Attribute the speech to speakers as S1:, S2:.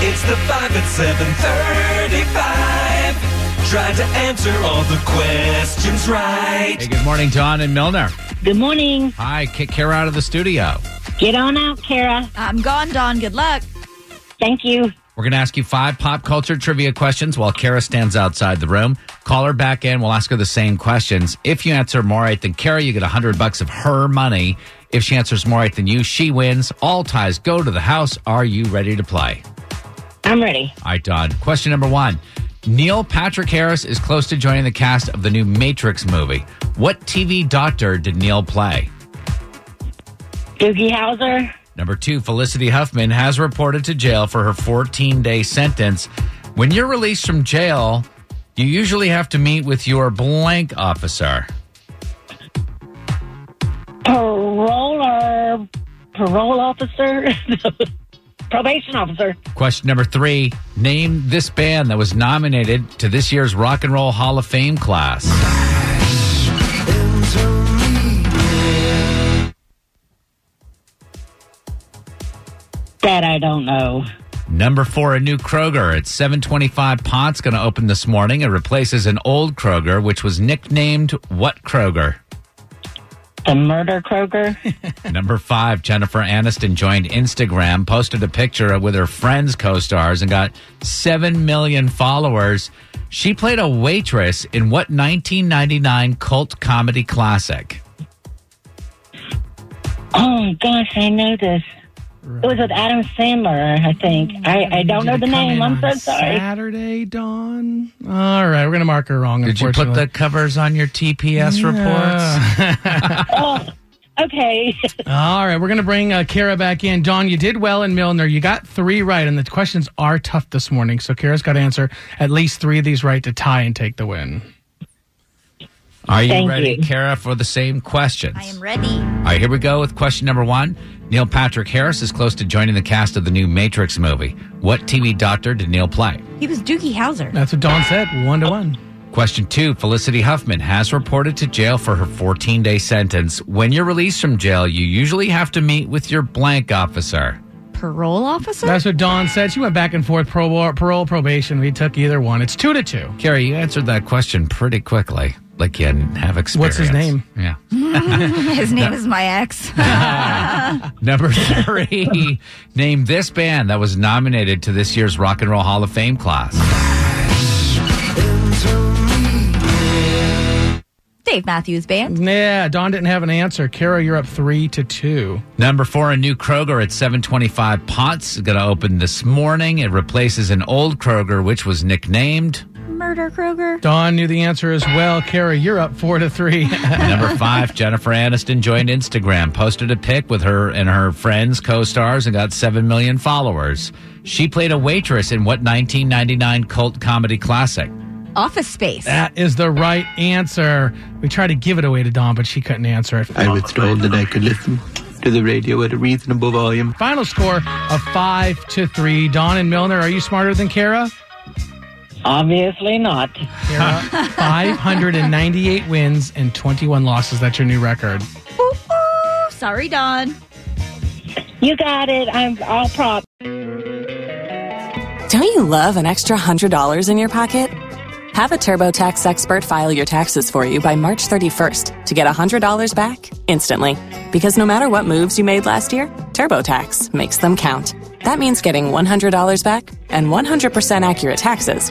S1: It's the five at seven thirty-five. Try to answer all the questions right.
S2: Hey, good morning, Don and Milner.
S3: Good morning.
S2: Hi, kick Kara out of the studio.
S3: Get on out, Kara.
S4: I'm gone, Don. Good luck.
S3: Thank you.
S2: We're going to ask you five pop culture trivia questions while Kara stands outside the room. Call her back in. We'll ask her the same questions. If you answer more right than Kara, you get 100 bucks of her money. If she answers more right than you, she wins. All ties go to the house. Are you ready to play?
S3: I'm ready.
S2: All right, Don. Question number one Neil Patrick Harris is close to joining the cast of the new Matrix movie. What TV doctor did Neil play?
S3: Doogie Howser.
S2: Number two, Felicity Huffman has reported to jail for her 14 day sentence. When you're released from jail, you usually have to meet with your blank officer.
S3: Paroler. Parole officer. Probation officer.
S2: Question number three Name this band that was nominated to this year's Rock and Roll Hall of Fame class.
S3: That I don't know.
S2: Number four, a new Kroger at 725 Pont's going to open this morning. It replaces an old Kroger, which was nicknamed What Kroger?
S3: The murder Kroger.
S2: Number five, Jennifer Aniston joined Instagram, posted a picture with her friends co stars, and got 7 million followers. She played a waitress in what 1999 cult comedy classic?
S3: oh my gosh, I know this. It was with Adam Sandler, I think. I, I don't know the name. I'm so sorry.
S5: Saturday dawn. All right, we're gonna mark her wrong.
S2: Did you put the covers on your TPS reports?
S3: Okay.
S5: All right, we're gonna bring uh, Kara back in. Dawn, you did well in Milner. You got three right, and the questions are tough this morning. So Kara's got to answer at least three of these right to tie and take the win.
S2: Are you
S3: Thank
S2: ready,
S3: you.
S2: Kara, for the same questions?
S4: I am ready.
S2: All right, here we go with question number one. Neil Patrick Harris is close to joining the cast of the new Matrix movie. What TV doctor did Neil play?
S4: He was Doogie Howser.
S5: That's what Dawn said. One to one.
S2: Question two Felicity Huffman has reported to jail for her 14 day sentence. When you're released from jail, you usually have to meet with your blank officer.
S4: Parole officer?
S5: That's what Dawn said. She went back and forth. Pro- parole, probation. We took either one. It's two to two.
S2: Carrie, you answered that question pretty quickly, like you didn't have experience.
S5: his name?
S2: Yeah.
S4: His name is my ex.
S2: Number three, name this band that was nominated to this year's Rock and Roll Hall of Fame class.
S4: Dave Matthews Band.
S5: Yeah, Dawn didn't have an answer. Kara, you're up three to two.
S2: Number four, a new Kroger at 725 Potts is going to open this morning. It replaces an old Kroger, which was nicknamed.
S4: Murder Kroger.
S5: Dawn knew the answer as well. Kara, you're up four to three.
S2: Number five, Jennifer Aniston joined Instagram, posted a pic with her and her friends, co stars, and got 7 million followers. She played a waitress in what 1999 cult comedy classic?
S4: Office Space.
S5: That is the right answer. We tried to give it away to Dawn, but she couldn't answer it.
S6: I was told that I could listen to the radio at a reasonable volume.
S5: Final score of five to three. Dawn and Milner, are you smarter than Kara?
S3: Obviously not.
S5: Kara, 598 wins and 21 losses. That's your new record.
S4: Ooh, ooh. Sorry, Don.
S3: You got it. I'm all prop.
S7: Don't you love an extra $100 in your pocket? Have a TurboTax expert file your taxes for you by March 31st to get $100 back instantly. Because no matter what moves you made last year, TurboTax makes them count. That means getting $100 back and 100% accurate taxes